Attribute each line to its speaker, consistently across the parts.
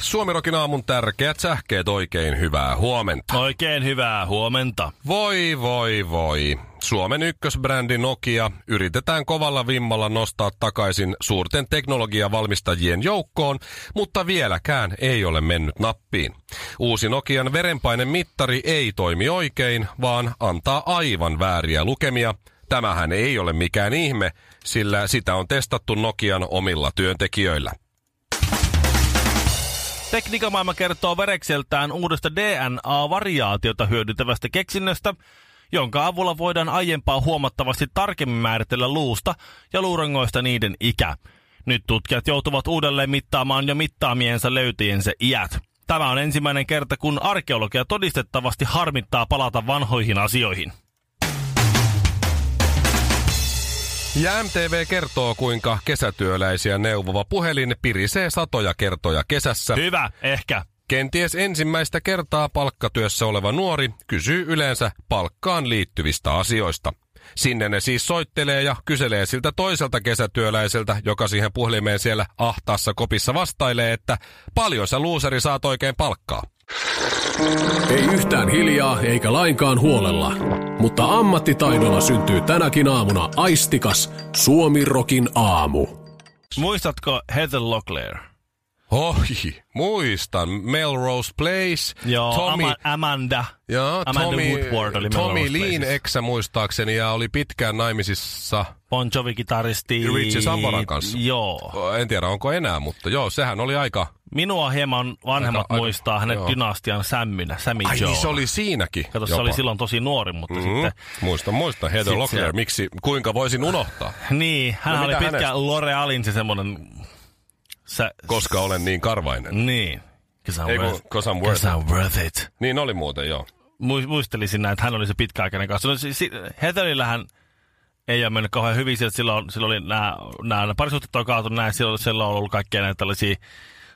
Speaker 1: Suomirokin aamun tärkeät sähkeet oikein hyvää huomenta.
Speaker 2: Oikein hyvää huomenta.
Speaker 1: Voi, voi, voi. Suomen ykkösbrändi Nokia yritetään kovalla vimmalla nostaa takaisin suurten teknologiavalmistajien joukkoon, mutta vieläkään ei ole mennyt nappiin. Uusi Nokian verenpainemittari ei toimi oikein, vaan antaa aivan vääriä lukemia. Tämähän ei ole mikään ihme, sillä sitä on testattu Nokian omilla työntekijöillä.
Speaker 2: Tekniikamaailma kertoo verekseltään uudesta DNA-variaatiota hyödyntävästä keksinnöstä, jonka avulla voidaan aiempaa huomattavasti tarkemmin määritellä luusta ja luurangoista niiden ikä. Nyt tutkijat joutuvat uudelleen mittaamaan jo mittaamiensa löytäjensä iät. Tämä on ensimmäinen kerta, kun arkeologia todistettavasti harmittaa palata vanhoihin asioihin.
Speaker 1: Ja MTV kertoo, kuinka kesätyöläisiä neuvova puhelin pirisee satoja kertoja kesässä.
Speaker 2: Hyvä, ehkä.
Speaker 1: Kenties ensimmäistä kertaa palkkatyössä oleva nuori kysyy yleensä palkkaan liittyvistä asioista. Sinne ne siis soittelee ja kyselee siltä toiselta kesätyöläiseltä, joka siihen puhelimeen siellä ahtaassa kopissa vastailee, että paljon sä luuseri saat oikein palkkaa.
Speaker 3: Ei yhtään hiljaa eikä lainkaan huolella, mutta ammattitaidolla syntyy tänäkin aamuna aistikas Suomirokin aamu.
Speaker 2: Muistatko Heather Locklear?
Speaker 1: Oi, muistan. Melrose Place,
Speaker 2: Joo,
Speaker 1: Tommy,
Speaker 2: Ama- Amanda.
Speaker 1: Joo,
Speaker 2: Amanda
Speaker 1: Tommy,
Speaker 2: Woodward oli
Speaker 1: Tommy
Speaker 2: Melrose
Speaker 1: Lean
Speaker 2: Placeissa.
Speaker 1: eksä muistaakseni ja oli pitkään naimisissa,
Speaker 2: Bon Jovi-kitaristi.
Speaker 1: Richie Sambaran kanssa.
Speaker 2: Joo.
Speaker 1: en tiedä onko enää, mutta joo, sehän oli aika...
Speaker 2: Minua hieman vanhemmat
Speaker 1: Aika- aika-
Speaker 2: aika, muistaa hänet
Speaker 1: joo.
Speaker 2: dynastian sämminä, Sammy
Speaker 1: Ai
Speaker 2: Joe.
Speaker 1: niin se oli siinäkin
Speaker 2: Kato, se
Speaker 1: jopa.
Speaker 2: oli silloin tosi nuori, mutta mm-hmm.
Speaker 1: Mm,
Speaker 2: sitten...
Speaker 1: muistan, muistan. Heather
Speaker 2: Sit
Speaker 1: Locklear,
Speaker 2: siellä-
Speaker 1: miksi, kuinka voisin unohtaa?
Speaker 2: Niin, hän
Speaker 1: No
Speaker 2: oli
Speaker 1: mitä hänestä?
Speaker 2: pitkään L'Orealin se semmonen... Sä,
Speaker 1: Koska olen niin karvainen.
Speaker 2: Niin. Cause I'm,
Speaker 1: Ei kun,
Speaker 2: worth,
Speaker 1: cause I'm worth
Speaker 2: cause I'm worth it.
Speaker 1: Niin oli muuten, joo.
Speaker 2: Mu- muistelisin näin, että hän oli se pitkäaikainen kanssa. No, si- si- Heatherillähän ei ole mennyt kauhean hyvin, sillä sillä, on, sillä oli nämä, nämä parisuhteet on kaatunut näin, sillä, sillä on ollut kaikkea näitä tällaisia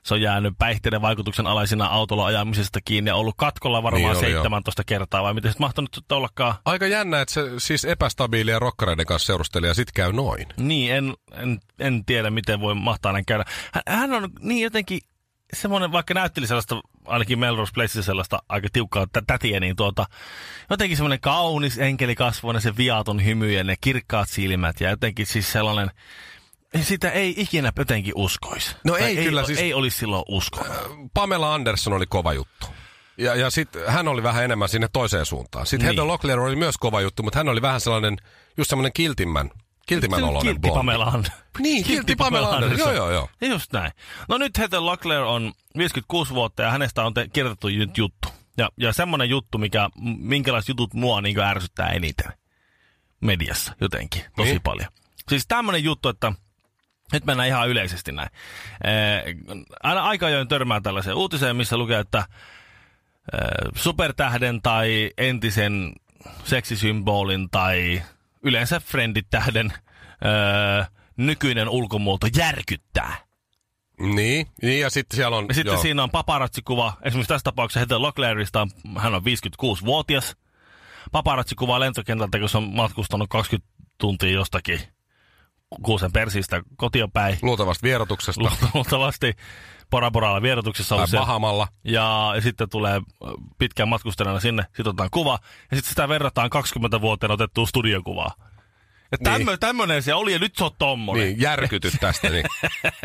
Speaker 2: se on jäänyt päihteiden vaikutuksen alaisena autolla ajamisesta kiinni ja ollut katkolla
Speaker 1: Niin
Speaker 2: varmaan
Speaker 1: oli, joo.
Speaker 2: niin 17 kertaa, vai miten se mahtanut ollakaan?
Speaker 1: Aika jännä, että se siis epästabiilia rokkareiden kanssa seurusteli ja sit käy noin.
Speaker 2: Niin, en, en, en tiedä, miten voi mahtaa näin käydä. Hän, hän on niin jotenkin semmoinen, vaikka näytteli sellaista, ainakin Melrose Placeissa sellaista aika tiukkaa tä- tätiä, niin tuota, jotenkin semmoinen kaunis enkelikasvoinen, se viaton hymy ja ne kirkkaat silmät ja jotenkin siis sellainen, sitä ei ikinä jotenkin uskoisi.
Speaker 1: No
Speaker 2: Tai
Speaker 1: ei kyllä siis-
Speaker 2: Ei olisi silloin uskonut.
Speaker 1: Pamela Anderson oli kova juttu. Ja, ja sit hän oli vähän enemmän sinne toiseen suuntaan. Sitten niin.
Speaker 2: Niin.
Speaker 1: Heather Locklear oli myös kova juttu, mutta hän oli vähän sellainen, just semmoinen kiltimmän, kiltimmän oloinen
Speaker 2: kiltti
Speaker 1: blondi.
Speaker 2: Pamela Anderson.
Speaker 1: Niin, kiltti Pamela Anderson. Joo, joo, joo.
Speaker 2: Just näin. No nyt Heather Locklear on 56 vuotta ja hänestä on te- kirjoitettu nyt juttu. Ja, ja semmoinen juttu, mikä, m- minkälaiset jutut mua niin ärsyttää eniten mediassa jotenkin, tosi
Speaker 1: Niin.
Speaker 2: niin. paljon. Siis tämmöinen juttu, että nyt mennään ihan yleisesti näin. Ee, aina aika ajoin törmää tällaiseen uutiseen, missä lukee, että ee, supertähden tai entisen seksisymbolin tai yleensä friendittähden öö, nykyinen ulkomuoto järkyttää.
Speaker 1: Niin, niin ja sitten siellä on...
Speaker 2: Ja sitten
Speaker 1: joo.
Speaker 2: Joo. siinä on paparazzikuva, esimerkiksi tässä tapauksessa Heather Locklearista, on- hän on 56-vuotias. Paparazzikuva lentokentältä, kun se on matkustanut 20 tuntia jostakin kuusen persistä kotiopäin.
Speaker 1: Luultavasti vierotuksesta. Lu-
Speaker 2: Luultavasti Bora Boralla vierotuksessa
Speaker 1: tai
Speaker 2: on se.
Speaker 1: Bahamalla.
Speaker 2: Ja sitten tulee ö, pitkään matkustajana sinne, sitten otetaan kuva. Ja sitten sitä verrataan 20 vuoteen otettuun studiokuvaa. Ja
Speaker 1: Niin.
Speaker 2: tämmö, tämmönen se oli ja nyt se on tommonen.
Speaker 1: Niin, järkyty tästä. Niin.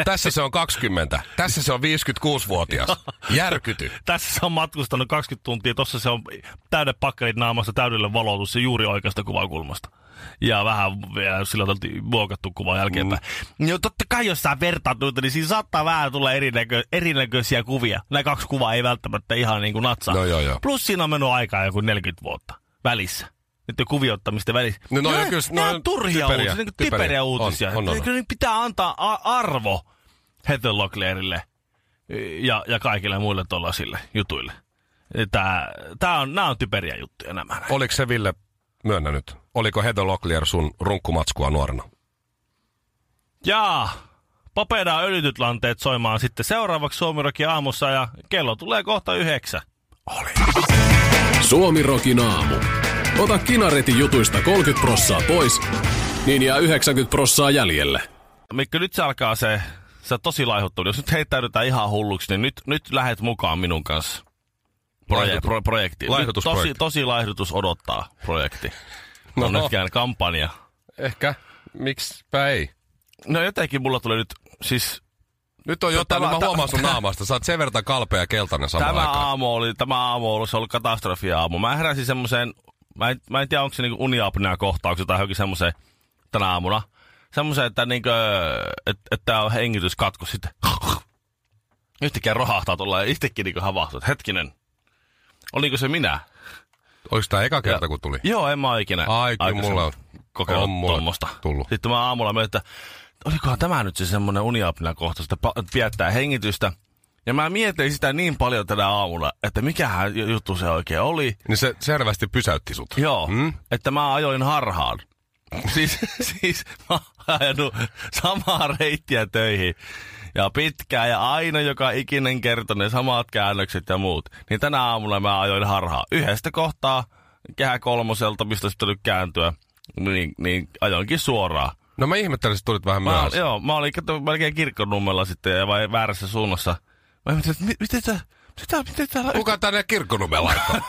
Speaker 1: Tässä se on 20, tässä se on 56-vuotias. Järkyty.
Speaker 2: tässä se on matkustanut 20 tuntia, tossa se on täydet pakkarit naamassa, täydellä valotus ja juuri oikeasta kuvakulmasta. Ja vähän vielä sillä oltiin muokattu kuva jälkeenpäin. Mm. No totta kai jos sä vertaat noita, niin siinä saattaa vähän tulla erinäkö, erinäköisiä kuvia. Nämä kaksi kuvaa ei välttämättä ihan niin kuin natsaa.
Speaker 1: No joo, joo.
Speaker 2: Plus siinä on mennyt aikaa joku 40 vuotta välissä. Nyt kuviottamisten välissä.
Speaker 1: No noi on
Speaker 2: Nää-
Speaker 1: kyllä-
Speaker 2: nää
Speaker 1: noi
Speaker 2: on
Speaker 1: on
Speaker 2: turhia
Speaker 1: typeriä,
Speaker 2: uutisia, niin
Speaker 1: typeriä.
Speaker 2: typeriä
Speaker 1: On,
Speaker 2: uutisia.
Speaker 1: on, on, on.
Speaker 2: Kyllä niitä pitää antaa a- arvo. Heather Locklearille ja, ja kaikille muille tuollaisille jutuille. Tää, tää on, nämä on typeriä juttuja nämä. näin.
Speaker 1: Oliko se Ville myönnänyt? Oliko Heather Locklear sun runkkumatskua nuorena?
Speaker 2: Jaa, Popeda öljytyt lanteet soimaan sitten seuraavaksi Suomirokin aamussa ja kello tulee kohta yhdeksän.
Speaker 3: Suomirokin aamu. Ota kinaretin jutuista 30 prossaa pois, niin jää 90 prossaa jäljelle.
Speaker 2: Mikko, nyt se alkaa se, se tosi laihottunut. Jos nyt heittäydytään ihan hulluksi, niin nyt, nyt lähet mukaan minun kanssa. Proje,
Speaker 1: Laihdutus-
Speaker 2: pro, projekti. Nyt
Speaker 1: laihdutusprojekti.
Speaker 2: Tosi, tosi laihdutus odottaa projekti.
Speaker 1: No.
Speaker 2: No, on nyt käynyt kampanja.
Speaker 1: Ehkä. Miksipä ei?
Speaker 2: No jotenkin mulla tulee nyt, siis
Speaker 1: Nyt on jotain,
Speaker 2: Tämä-
Speaker 1: mä
Speaker 2: tä-
Speaker 1: huomaan sun naamasta. Sä oot sen verran kalpea ja keltainen samaan
Speaker 2: tämä
Speaker 1: aikaan.
Speaker 2: aamu, oli, tämä aamu oli, se oli katastrofia aamu. Mä heräsin semmoiseen, mä en, mä en tiedä onko se niinku uniapnea kohtauksia tai johonkin semmoiseen tänä aamuna. Semmoiseen, että niinku, et, että on hengityskatko sitten. Yhtäkkiä rohahtaa tuolla ja yhtäkkiä niinku havahtuu, että hetkinen, oliko se minä?
Speaker 1: Oliko tää eka kerta, kun tuli?
Speaker 2: Joo, en mä oon ikinä
Speaker 1: Ai, kyllä
Speaker 2: aikaisemmin
Speaker 1: mulla on-
Speaker 2: kokenut
Speaker 1: on mulla
Speaker 2: tuommoista.
Speaker 1: tullut.
Speaker 2: Sitten mä aamulla mietin, että olikohan tämä nyt se semmoinen uniapnea kohta, että pa- että viettää hengitystä. Ja mä mietin sitä niin paljon tänä aamuna, että mikähän ju- juttu se oikein oli.
Speaker 1: Niin se selvästi pysäytti sut.
Speaker 2: Joo, mm? että mä ajoin harhaan. siis, siis mä oon ajanut samaa reittiä töihin. Ja pitkään ja aina joka ikinen kerta ne samat käännökset ja muut. Niin tänä aamuna mä ajoin harhaa. Yhdestä kohtaa kehä kolmoselta, mistä olisi pitänyt kääntyä, niin, niin ajoinkin suoraan.
Speaker 1: No mä ihmettelin, että sä tulit vähän
Speaker 2: Mä,
Speaker 1: myöhässä.
Speaker 2: joo, mä olin kato, melkein kirkkonummella sitten ja vai väärässä suunnassa. Mä mietin, että mi- miten tää, mitä, miten täällä
Speaker 1: Kuka tänne kirkkonumme laittoi?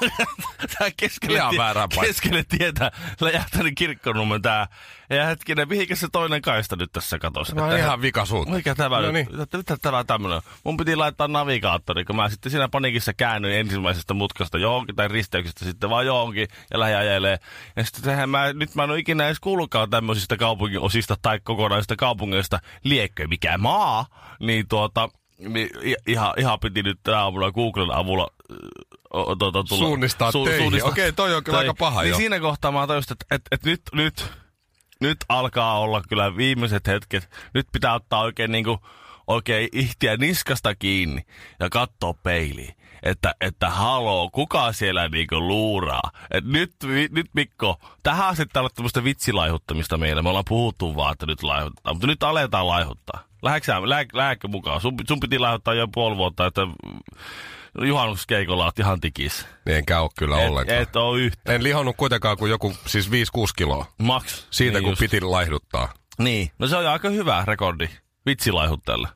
Speaker 2: tää keskelle,
Speaker 1: Ihan väärään paikkaan.
Speaker 2: keskelle tietä läjähtänyt kirkkonummen tää. Ja hetkinen, mihinkä se toinen kaista nyt tässä katosi?
Speaker 1: Mä oon
Speaker 2: Että-
Speaker 1: No ihan vikasuut.
Speaker 2: Mikä tämä
Speaker 1: No
Speaker 2: no
Speaker 1: niin.
Speaker 2: niin. nyt? Mitä tämä tämmönen? on? Mun piti laittaa navigaattori, kun mä sitten siinä panikissa käännyin ensimmäisestä mutkasta johonkin tai risteyksestä sitten vaan johonkin ja lähdin ajelee. Ja sitten sehän mä, nyt mä en ole ikinä edes kuullutkaan tämmöisistä kaupunginosista tai kokonaisista kaupungeista. Liekkö mikä maa? Niin tuota, niin i- ihan, ihan piti nyt tänä aamulla Googlen avulla ö, o- tuota, tulla.
Speaker 1: Suunnistaa teihin. Okei, toi on kyllä aika paha
Speaker 2: niin
Speaker 1: jo.
Speaker 2: siinä kohtaa mä tajusin, että, että, että nyt, nyt, nyt alkaa olla kyllä viimeiset hetket. Nyt pitää ottaa oikein niin kuin, oikein ihtiä niskasta kiinni ja katsoa peiliin. Että, että haloo, kuka siellä niinku luuraa? Et nyt, vi- nyt Mikko, tähän asti täällä on tämmöistä vitsilaihuttamista meillä. Me ollaan puhuttu vaan, että nyt laihuttaa, mutta nyt aletaan laihuttaa. Lähdetkö lä, lähdekö mukaan? Sun, sun piti laihuttaa jo puoli vuotta, että juhannuskeikolla oot ihan tikis.
Speaker 1: Niin enkä oo kyllä
Speaker 2: Et,
Speaker 1: ollenkaan.
Speaker 2: et oo yhtä.
Speaker 1: En lihonnut kuitenkaan kuin joku siis 5-6 kiloa.
Speaker 2: Max.
Speaker 1: Siitä
Speaker 2: niin
Speaker 1: kun
Speaker 2: just.
Speaker 1: piti laihduttaa.
Speaker 2: Niin. No se on aika hyvä rekordi vitsilaihuttajalle.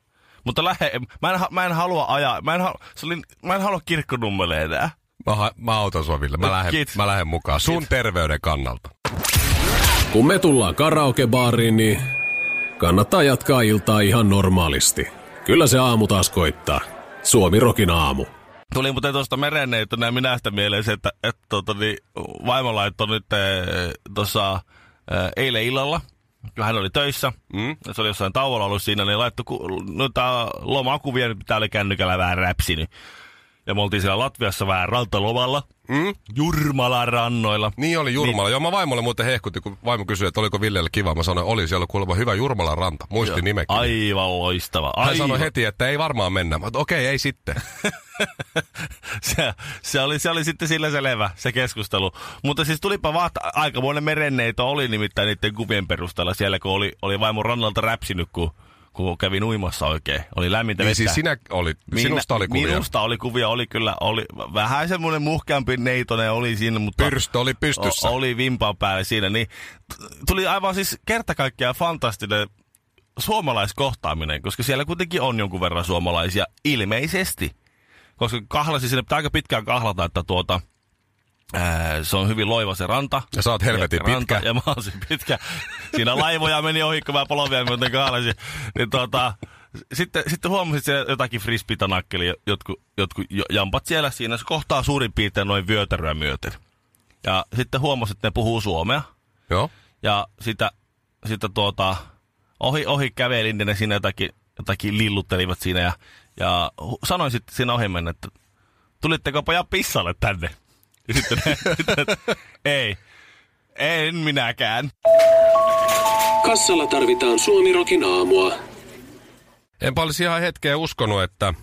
Speaker 2: Mutta lähe, mä en, ha- mä en halua ajaa, mä en, ha- se oli, mä en halua kirkkonummelle enää.
Speaker 1: Mä, ha- mä autan sua, Ville. Mä,
Speaker 2: No,
Speaker 1: lähden,
Speaker 2: kiitos.
Speaker 1: mä lähden mukaan. Sun terveyden kannalta.
Speaker 3: Kun me tullaan karaokebaariin, niin kannattaa jatkaa iltaa ihan normaalisti. Kyllä se aamu taas koittaa. Suomirokin aamu.
Speaker 2: Tuli muuten tuosta merenneitönä minä sitä mieleen se, että et, tota, niin, vaimo laittoi nyt eh, tuossa eh, eilen illalla, kun hän oli töissä, mm. se oli jossain tauolla ollut siinä, niin laittoi ku, noita lomakuvia, mitä oli kännykällä vähän räpsinyt. Ja me oltiin siellä Latviassa vähän rantalomalla, mm? Jurmalan rannoilla.
Speaker 1: Niin oli Jurmala. Niin. Joo, mä vaimolle muuten hehkutin, kun vaimo kysyi, että oliko Villelle kiva. Mä sanoin, oli siellä kuulemma hyvä Jurmalan ranta. Muisti nimekin.
Speaker 2: Aivan loistava.
Speaker 1: Hän sanoi
Speaker 2: aivan.
Speaker 1: heti, että ei varmaan mennä. Mä oot, okei, ei sitten.
Speaker 2: se, se, oli, se oli sitten sillä selvä, se keskustelu. Mutta siis tulipa vaan, että aikamoinen merenneito oli nimittäin niiden kuvien perusteella siellä, kun oli, oli vaimo rannalta räpsinyt, kun, kun kävin uimassa oikein. Oli lämmintä
Speaker 1: niin
Speaker 2: vettä.
Speaker 1: siis sinä olit, sinusta oli kuvia.
Speaker 2: Minusta oli kuvia, oli kyllä. Oli, vähän semmoinen muhkeampi neitonen oli siinä, mutta...
Speaker 1: Pyrstö oli pystyssä.
Speaker 2: O- oli vimpan päällä siinä, niin t- tuli aivan siis kerta kaikkiaan fantastinen suomalaiskohtaaminen, koska siellä kuitenkin on jonkun verran suomalaisia ilmeisesti. Koska kahlasi sinne, pitää aika pitkään kahlata, että tuota, ää, se on hyvin loiva se ranta.
Speaker 1: Ja sä oot helvetin
Speaker 2: Ja ranta,
Speaker 1: pitkä.
Speaker 2: Ja mä oon se pitkä. Siinä laivoja meni ohi, kun mä polvia myöten kahlasin. Niin tuota, sitten, sitten huomasin, että siellä jotakin frisbee-tanakkeli, jotkut, jotkut jo- jampat siellä siinä. Se kohtaa suurin piirtein noin vyötäröä myöten. Ja sitten huomasin, että ne puhuu suomea.
Speaker 1: Joo.
Speaker 2: Ja sitä, sitä tuota, ohi, ohi kävelin, niin ne siinä jotakin, jotakin lilluttelivat siinä. Ja, ja hu- sanoin sitten siinä ohi mennä, että tulitteko pojat pissalle tänne? Ja sitten ne, että ei, en minäkään.
Speaker 3: Kassalla tarvitaan Suomirokin aamua.
Speaker 1: Enpä olisi ihan hetkeä uskonut, että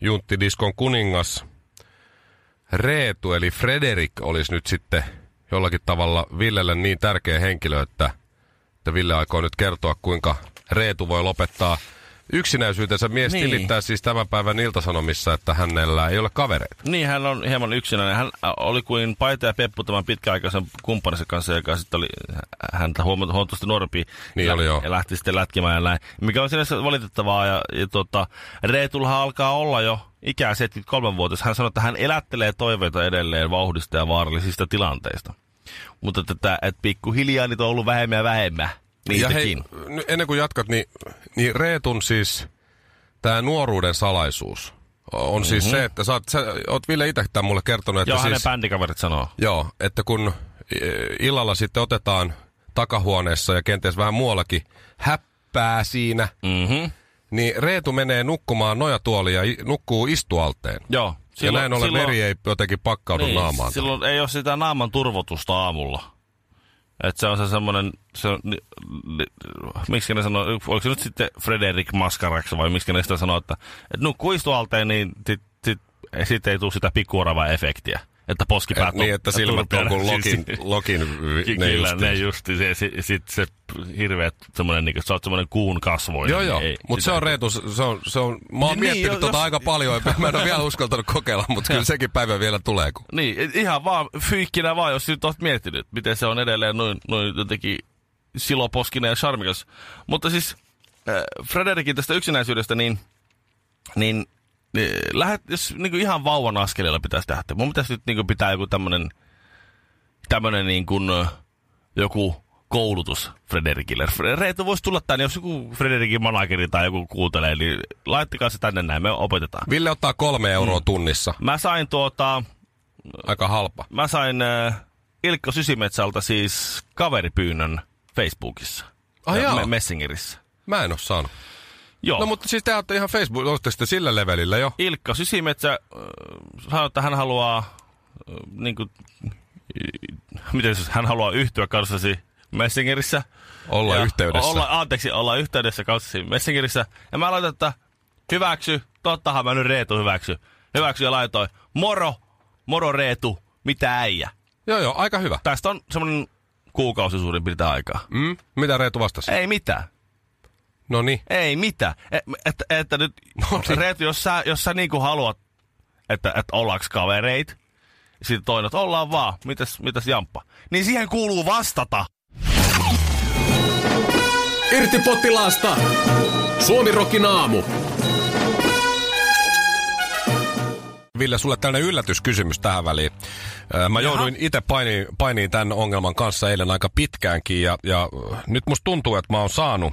Speaker 1: Junttidiskon kuningas Reetu eli Frederik olisi nyt sitten jollakin tavalla Villelle niin tärkeä henkilö, että, että Ville aikoo nyt kertoa, kuinka Reetu voi lopettaa yksinäisyytensä. Mies niin.
Speaker 2: Niin.
Speaker 1: tilittää siis tämän päivän iltasanomissa, että hänellä ei ole kavereita.
Speaker 2: Niin, hän on hieman yksinäinen. Hän äh, oli kuin Paita ja Peppu tämän pitkäaikaisen kumppaninsa kanssa, joka sitten oli äh, häntä huoma- huomattavasti nuorempi.
Speaker 1: Niin
Speaker 2: ja,
Speaker 1: oli, joo.
Speaker 2: Ja lähti sitten lätkimään ja näin. Mikä on sinänsä valitettavaa. Ja, ja tota, Reetulhan alkaa olla jo ikää 73-vuotias. Hän sanoi, että hän elättelee toiveita edelleen vauhdista ja vaarallisista tilanteista. Mutta tätä, että pikkuhiljaa niitä on ollut vähemmän ja vähemmän. Niitäkin.
Speaker 1: Ja hei, n- ennen kuin jatkat, niin, niin Reetun siis tämä nuoruuden salaisuus on mm-hmm. siis se, että sä oot, sä oot Ville itse tämän mulle kertonut, että
Speaker 2: Joo, hänen
Speaker 1: siis,
Speaker 2: bändikaverit sanoo.
Speaker 1: Joo, että kun e, illalla sitten otetaan takahuoneessa ja kenties vähän muuallakin häppää siinä,
Speaker 2: Mm-hmm.
Speaker 1: niin Reetu menee nukkumaan nojatuoliin ja i- nukkuu istualteen.
Speaker 2: Joo.
Speaker 1: Silloin, ja näin ollen veri ei jotenkin pakkaudu niin, naamaan. Silloin...
Speaker 2: Silloin ei ole sitä naaman turvotusta aamulla. Et se on se semmoinen, se on, ni, ni, miksi ne sanoo, oliko se nyt sitten Frederik Maskaraksi vai miksi ne sitä sanoo, että, että nukkuu istualteen, niin sit, sit, sit ei tule sitä pikkuoravaa efektiä. Että poskipäät
Speaker 1: Niin, että silmät on kuin lokin, lokin vi-
Speaker 2: Ne
Speaker 1: ne
Speaker 2: Kyllä,
Speaker 1: justiinsa.
Speaker 2: siis ne justi. Se, se, sit se hirveä semmoinen, niin, sä oot semmoinen kuun kasvoinen.
Speaker 1: Joo, joo,
Speaker 2: niin ei-
Speaker 1: mutta se
Speaker 2: sitä-
Speaker 1: on Reetu, se on, se on, mä oon
Speaker 2: Niin,
Speaker 1: miettinyt
Speaker 2: jo-
Speaker 1: tota
Speaker 2: jos-
Speaker 1: aika paljon, mä en ole vielä uskaltanut kokeilla, mutta kyllä sekin päivä vielä tulee. Kun...
Speaker 2: Niin, et ihan vaan fyykkinä vaan, jos nyt oot miettinyt, miten se on edelleen noin, noin jotenkin siloposkinen ja charmikas. Mutta siis äh, Frederikin tästä yksinäisyydestä, niin, niin äh, lähet, jos niin kuin ihan vauvan askeleella pitäisi lähteä. Mun pitäisi nyt niin kuin pitää joku tämmönen, tämmönen niin kuin, äh, joku koulutus Frederikille. Fre- Reetu voisi tulla tänne, jos joku Frederikin manageri tai joku kuuntelee, niin laittakaa se tänne näin, me opetetaan.
Speaker 1: Ville ottaa kolme
Speaker 2: Mm.
Speaker 1: euroa tunnissa,
Speaker 2: Mä sain tuota,
Speaker 1: aika halpa.
Speaker 2: mä sain äh, Ilkka Sysimetsältä siis kaveripyynnön Facebookissa.
Speaker 1: Ah,
Speaker 2: Ja
Speaker 1: jaa.
Speaker 2: me- Messengerissä.
Speaker 1: Mä en oo saanut.
Speaker 2: Joo.
Speaker 1: No mutta siis te olette ihan Facebook, olette sitten sillä levelillä jo.
Speaker 2: Ilkka Sysimetsä äh, sanoi, että hän haluaa, äh, niin kuin, miten se, hän haluaa yhtyä kanssasi Messengerissä.
Speaker 1: Olla
Speaker 2: ja
Speaker 1: yhteydessä.
Speaker 2: Olla, anteeksi, olla yhteydessä kanssasi Messengerissä. Ja mä laitan, että hyväksy, tottahan mä nyt Reetu hyväksy. Hyväksy ja laitoin, moro, moro Reetu, mitä äijä.
Speaker 1: Joo, joo, aika hyvä.
Speaker 2: Tästä on semmoinen kuukausi suurin piirtein aikaa.
Speaker 1: Mm? Mitä Reetu vastasi?
Speaker 2: Ei mitään.
Speaker 1: No niin.
Speaker 2: Ei mitään. Että et, et, nyt,
Speaker 1: No niin.
Speaker 2: Reetu, jos sä, jos sä niinku haluat, että et ollaanko kavereit, sitten toinen, että ollaan vaan, mitäs, mitäs jamppa. Niin siihen kuuluu vastata.
Speaker 3: Irti potilaasta! Suomi Rokin aamu.
Speaker 1: Ville, sulle tällainen yllätyskysymys tähän väliin. Ö, Mä jouduin itse painiin, painiin tämän ongelman kanssa eilen aika pitkäänkin ja, ja ö, nyt musta tuntuu, että mä oon saanut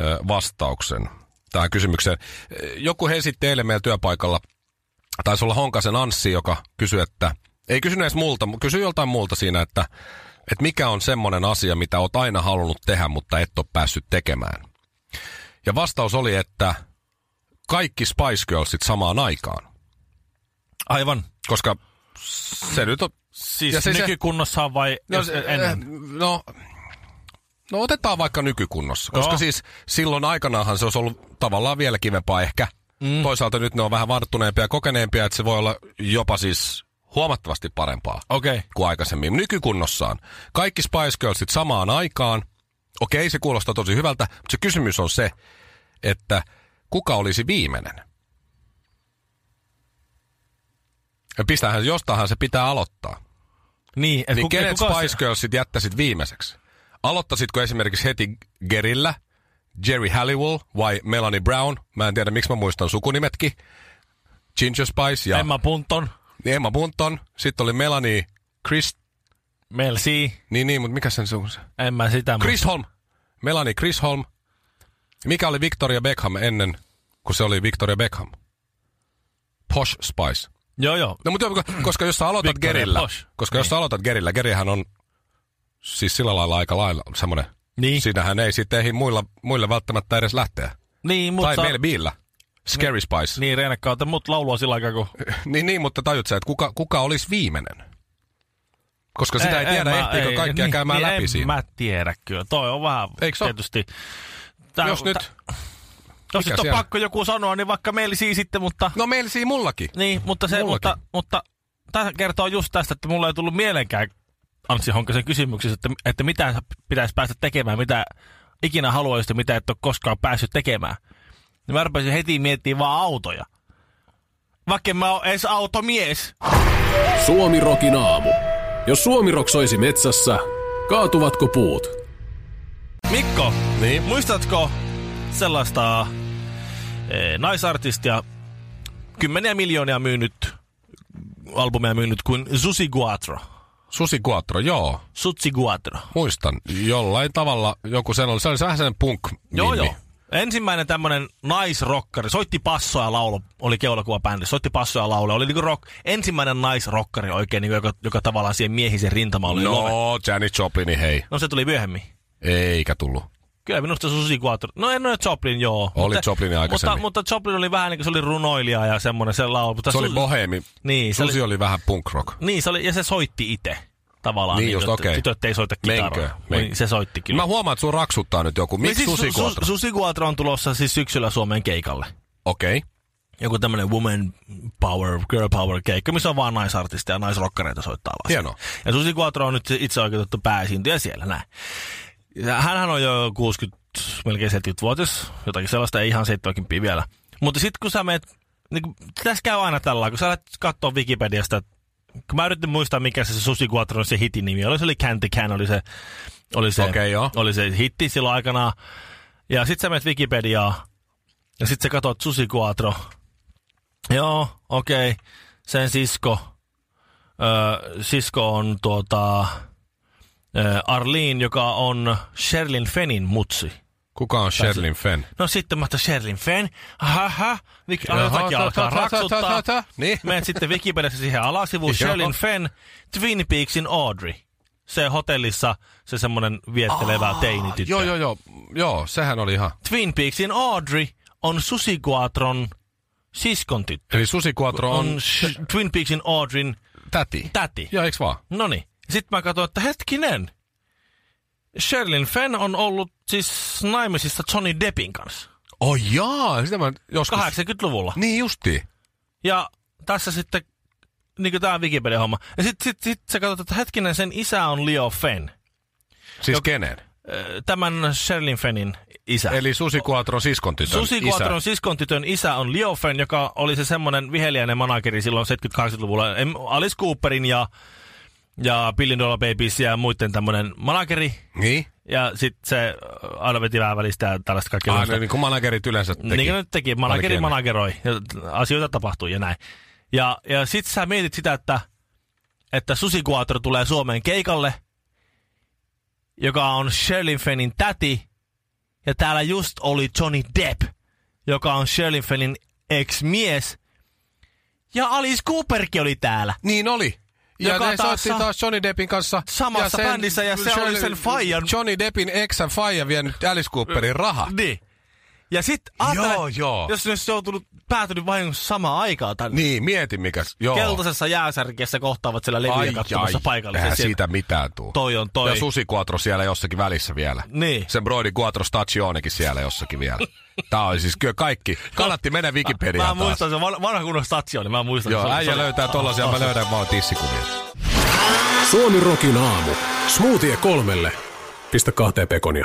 Speaker 1: ö, vastauksen tähän kysymykseen. Ö, Joku hesitti eilen meillä työpaikalla, taisi olla Honkasen Anssi, joka kysyi, että ei kysynyt edes multa, mutta kysyi joltain muulta siinä, että, että mikä on semmoinen asia, mitä oot aina halunnut tehdä, mutta et ole päässyt tekemään. Ja vastaus oli, että kaikki Spice Girlsit samaan aikaan.
Speaker 4: Aivan.
Speaker 1: Koska se nyt on...
Speaker 4: Siis,
Speaker 1: Ja siis
Speaker 4: siis
Speaker 1: se-
Speaker 4: nykykunnossaan vai
Speaker 1: No,
Speaker 4: no,
Speaker 1: se,
Speaker 4: ennen?
Speaker 1: eh, no, no otetaan vaikka nykykunnossa, koska
Speaker 4: Joo.
Speaker 1: siis silloin aikanaanhan se olisi ollut tavallaan vielä kivempaa ehkä. Mm. Toisaalta nyt ne on vähän varttuneempia ja kokeneempia, että se voi olla jopa siis huomattavasti parempaa
Speaker 4: Okei.
Speaker 1: kuin aikaisemmin nykykunnossaan. Kaikki Spice Girlsit samaan aikaan. Okei, se kuulostaa tosi hyvältä, mutta se kysymys on se, että kuka olisi viimeinen? Ja pistähän, jostainhan se pitää aloittaa.
Speaker 4: Niin, et
Speaker 1: Niin
Speaker 4: kuka-
Speaker 1: kenet
Speaker 4: kuka-
Speaker 1: Spice Girlsit jättäisit viimeiseksi? Aloittaisitko esimerkiksi heti Gerillä, Jerry Halliwell vai Melanie Brown? Mä en tiedä, miksi mä muistan sukunimetkin. Ginger Spice ja Emma,
Speaker 4: Emma Punton,
Speaker 1: Emma Bunton. Sitten oli Melanie Chris...
Speaker 4: Mel C,
Speaker 1: Niin, niin, mutta mikä sen se on se?
Speaker 4: en mä sitä muista.
Speaker 1: Chris Holm. Melanie Chris Holm. Mikä oli Victoria Beckham ennen, kun se oli Victoria Beckham? Posh Spice.
Speaker 4: Joo, joo.
Speaker 1: No mutta joo, koska jos sä aloitat
Speaker 4: Victoria
Speaker 1: Gerillä,
Speaker 4: Posh.
Speaker 1: koska jos sä aloitat Gerillä, Gerihän on siis sillä lailla aika lailla semmoinen.
Speaker 4: Niin.
Speaker 1: Siinähän ei sitten ehdi muilla, muilla välttämättä edes lähteä.
Speaker 4: Niin,
Speaker 1: Mutta
Speaker 4: mutta...
Speaker 1: tai meillä biillä. Scary Spice.
Speaker 4: Niin, Reenekkautta, mut laulua sillä aikaa, kun...
Speaker 1: Niin, niin, mutta tajut sä, että kuka, kuka olisi viimeinen? Koska No sitä ei,
Speaker 4: en
Speaker 1: tiedä,
Speaker 4: mä-
Speaker 1: ehtiikö
Speaker 4: ei,
Speaker 1: kaikkia
Speaker 4: niin,
Speaker 1: käymään
Speaker 4: niin,
Speaker 1: läpi
Speaker 4: en
Speaker 1: siinä.
Speaker 4: mä tiedä kyllä. Toi on vähän
Speaker 1: Eikö se oo?
Speaker 4: tietysti... Tää,
Speaker 1: Jos nyt
Speaker 4: tää-
Speaker 2: Jos
Speaker 1: Mikä
Speaker 2: nyt on
Speaker 1: siellä?
Speaker 2: pakko joku sanoa, niin vaikka meilisi sitten, mutta...
Speaker 1: No meillä siinä mullakin.
Speaker 2: Niin, mutta se,
Speaker 1: Mullakin.
Speaker 2: mutta, mutta tämä kertoo just tästä, että mulla ei tullut mielenkään Anssi Honkasen kysymyksessä, että, että mitä pitäisi päästä tekemään, mitä ikinä haluaisit ja mitä et ole koskaan päässyt tekemään. Niin mä rupesin heti miettimään vaan autoja. Vaikka en mä oon edes automies.
Speaker 3: Suomi Rokin aamu. Jos Suomi Rock soisi metsässä, kaatuvatko puut?
Speaker 2: Mikko,
Speaker 1: Niin.
Speaker 2: muistatko sellaista eh, naisartistia, kymmeniä miljoonia myynyt, albumeja myynyt kuin Susi Guatro?
Speaker 1: Susi Quattro, joo.
Speaker 2: Sutsi Guatro.
Speaker 1: Muistan. Jollain tavalla joku sen oli. Se oli vähän sen punk
Speaker 2: Joo, joo. Ensimmäinen tämmönen naisrokkari, soitti passoa ja laulu, oli keulakuva bändi, soitti passoa ja laulu, oli niinku rock, ensimmäinen naisrokkari oikein, niinku, joka, joka, tavallaan siihen miehisen rintamalle oli love.
Speaker 1: No, Janis Joplini, hei.
Speaker 2: No se tuli myöhemmin.
Speaker 1: Eikä tullut.
Speaker 2: Kyllä minusta se Susi Quattro. No en ole Joplin, joo.
Speaker 1: Oli Joplini aikaisemmin.
Speaker 2: Mutta, mutta Joplin oli vähän niin kuin se oli runoilija ja semmoinen se laulu. Mutta
Speaker 1: Se oli
Speaker 2: Su-
Speaker 1: bohemi.
Speaker 2: Niin, se
Speaker 1: Susi
Speaker 2: oli,
Speaker 1: oli vähän punk rock.
Speaker 2: niin se oli, ja se soitti itse tavallaan.
Speaker 1: Niin just,
Speaker 2: että
Speaker 1: okei.
Speaker 2: Tytöt ei soita
Speaker 1: Menkö,
Speaker 2: kitaraa.
Speaker 1: menkö.
Speaker 2: Niin, se soitti kyllä.
Speaker 1: Mä huomaan, että sun raksuttaa nyt joku.
Speaker 2: Niin
Speaker 1: Miksi
Speaker 2: siis
Speaker 1: Susi
Speaker 2: Su- Su-
Speaker 1: Quattro?
Speaker 2: Susi Quattro on tulossa siis syksyllä Suomen keikalle.
Speaker 1: Okei.
Speaker 2: joku tämmönen woman power, girl power keikka, missä on vaan naisartisteja ja naisrokkareita soittaa vaan.
Speaker 1: Hienoa.
Speaker 2: Ja Susi Quattro on nyt se itse oikeutettu pääesiintyjä siellä, näin. Ja hänhän on jo 60, melkein 70-vuotias, jotakin sellaista, ei ihan 70 vielä. Mutta sitten kun sä meet, niin kun, tässä käy aina tällä lailla, kun sä lähdet katsoa Wikipediasta, kun mä yritin muistaa, mikä se Susi Quattron se hitin nimi oli, se oli Candy Can, oli se, oli se,
Speaker 1: Okei, joo.
Speaker 2: oli se hitti silloin aikanaan. Ja sit sä menet Wikipediaan, ja sit sä katot Susi Quattro. Joo, okei. Okay. Sen sisko. Ö, sisko on tuota... ö, Arlene, joka on Sherlin Fenin mutsi.
Speaker 1: Kuka on Sherlin Fenn?
Speaker 2: No sitten mä otan Sherlin Fenn. Haha, Vik-
Speaker 1: Jaha,
Speaker 2: jotakin
Speaker 1: ta- ta-
Speaker 2: alkaa
Speaker 1: ta- ta-
Speaker 2: raksuttaa.
Speaker 1: ta- ta. Niin.
Speaker 2: Menet sitten Wikipediassa siihen alasivuun.
Speaker 1: Joo.
Speaker 2: Sherlin Fenn, Twin Peaksin Audrey. Se hotellissa se semmonen viettelevä teinityttö.
Speaker 1: Joo, joo, joo. Joo, sehän oli ihan.
Speaker 2: Twin Peaksin Audrey on Susi Quattron siskon tyttö.
Speaker 1: Eli Susi Quattro on,
Speaker 2: on sh- Twin Peaksin Audrin
Speaker 1: täti.
Speaker 2: täti.
Speaker 1: Joo, eiks vaan?
Speaker 2: No niin. Sitten mä katsoin, että hetkinen. Sherlyn Fenn on ollut siis naimisissa Johnny Deppin kanssa
Speaker 1: Oh jaa, sitä mä joskus...
Speaker 2: 80-luvulla.
Speaker 1: Niin justi.
Speaker 2: Ja tässä sitten, niin kuin tämä Wikipedia-homma. Ja sitten sit, sit sä katsot, että hetkinen, sen isä on Leo Fenn.
Speaker 1: Siis kenen?
Speaker 2: Ö, Tämän Sherlyn Fennin isä.
Speaker 1: Eli Susi Quattron siskon tytön
Speaker 2: Susi
Speaker 1: isä.
Speaker 2: Quattron siskon tytön isä on Leo Fenn, joka oli se semmoinen viheliäinen manageri silloin 70-80-luvulla. Em- Alice Cooperin ja, ja Billin Dollar Babies ja muiden tämmöinen manageri.
Speaker 1: Niin?
Speaker 2: Ja sitten se aina veti vähän välistä ja tällaista kaikkea.
Speaker 1: Aina
Speaker 2: tämmöistä.
Speaker 1: niin kuin managerit yleensä teki.
Speaker 2: Niin kuin nyt teki. Manageri
Speaker 1: Ainakin ennen.
Speaker 2: manageroi. Ja asioita tapahtuu ja näin. Ja, ja sit sä mietit sitä, että, että Susi Quattro tulee Suomeen keikalle, joka on Sherlin Fennin täti. Ja täällä just oli Johnny Depp, joka on Sherlin Fennin ex-mies. Ja Alice Cooperkin oli täällä.
Speaker 1: Niin oli. Ja
Speaker 2: Joka
Speaker 1: ne
Speaker 2: taas
Speaker 1: soitti
Speaker 2: sa-
Speaker 1: taas Johnny Deppin kanssa.
Speaker 2: Samassa bändissä, ja se oli sen faijan-
Speaker 1: Johnny Deppin eksän faija vienyt Alice Cooperin raha.
Speaker 2: Niin. Ja sit ajattele,
Speaker 1: Joo, joo.
Speaker 2: jos ne olisi joutunut päätynyt vahingossa samaan aikaan tänne.
Speaker 1: Niin, mieti mikäs. Joo.
Speaker 2: keltaisessa jääsärkiessä kohtaavat siellä
Speaker 1: Ai,
Speaker 2: levyjä
Speaker 1: ai,
Speaker 2: katsomassa paikallisesti.
Speaker 1: Eihän siitä mitään tuu.
Speaker 2: Toi on toi.
Speaker 1: Ja Susi Quattro siellä jossakin välissä vielä.
Speaker 2: Niin.
Speaker 1: Sen Brody Quattro Stagionekin siellä jossakin vielä. Tää on siis kyllä kaikki. Kannatti mennä Wikipediaan
Speaker 2: Mä
Speaker 1: taas.
Speaker 2: muistan sen van- vanha kunnon statsioni, mä muistan
Speaker 1: Joo,
Speaker 2: sen. Se oli-
Speaker 1: äijä löytää tollasia, mä löydän vaan tissikuvia.
Speaker 3: Suomi Rokin aamu. Smoothie kolmelle. Pistä kahteen pekonia.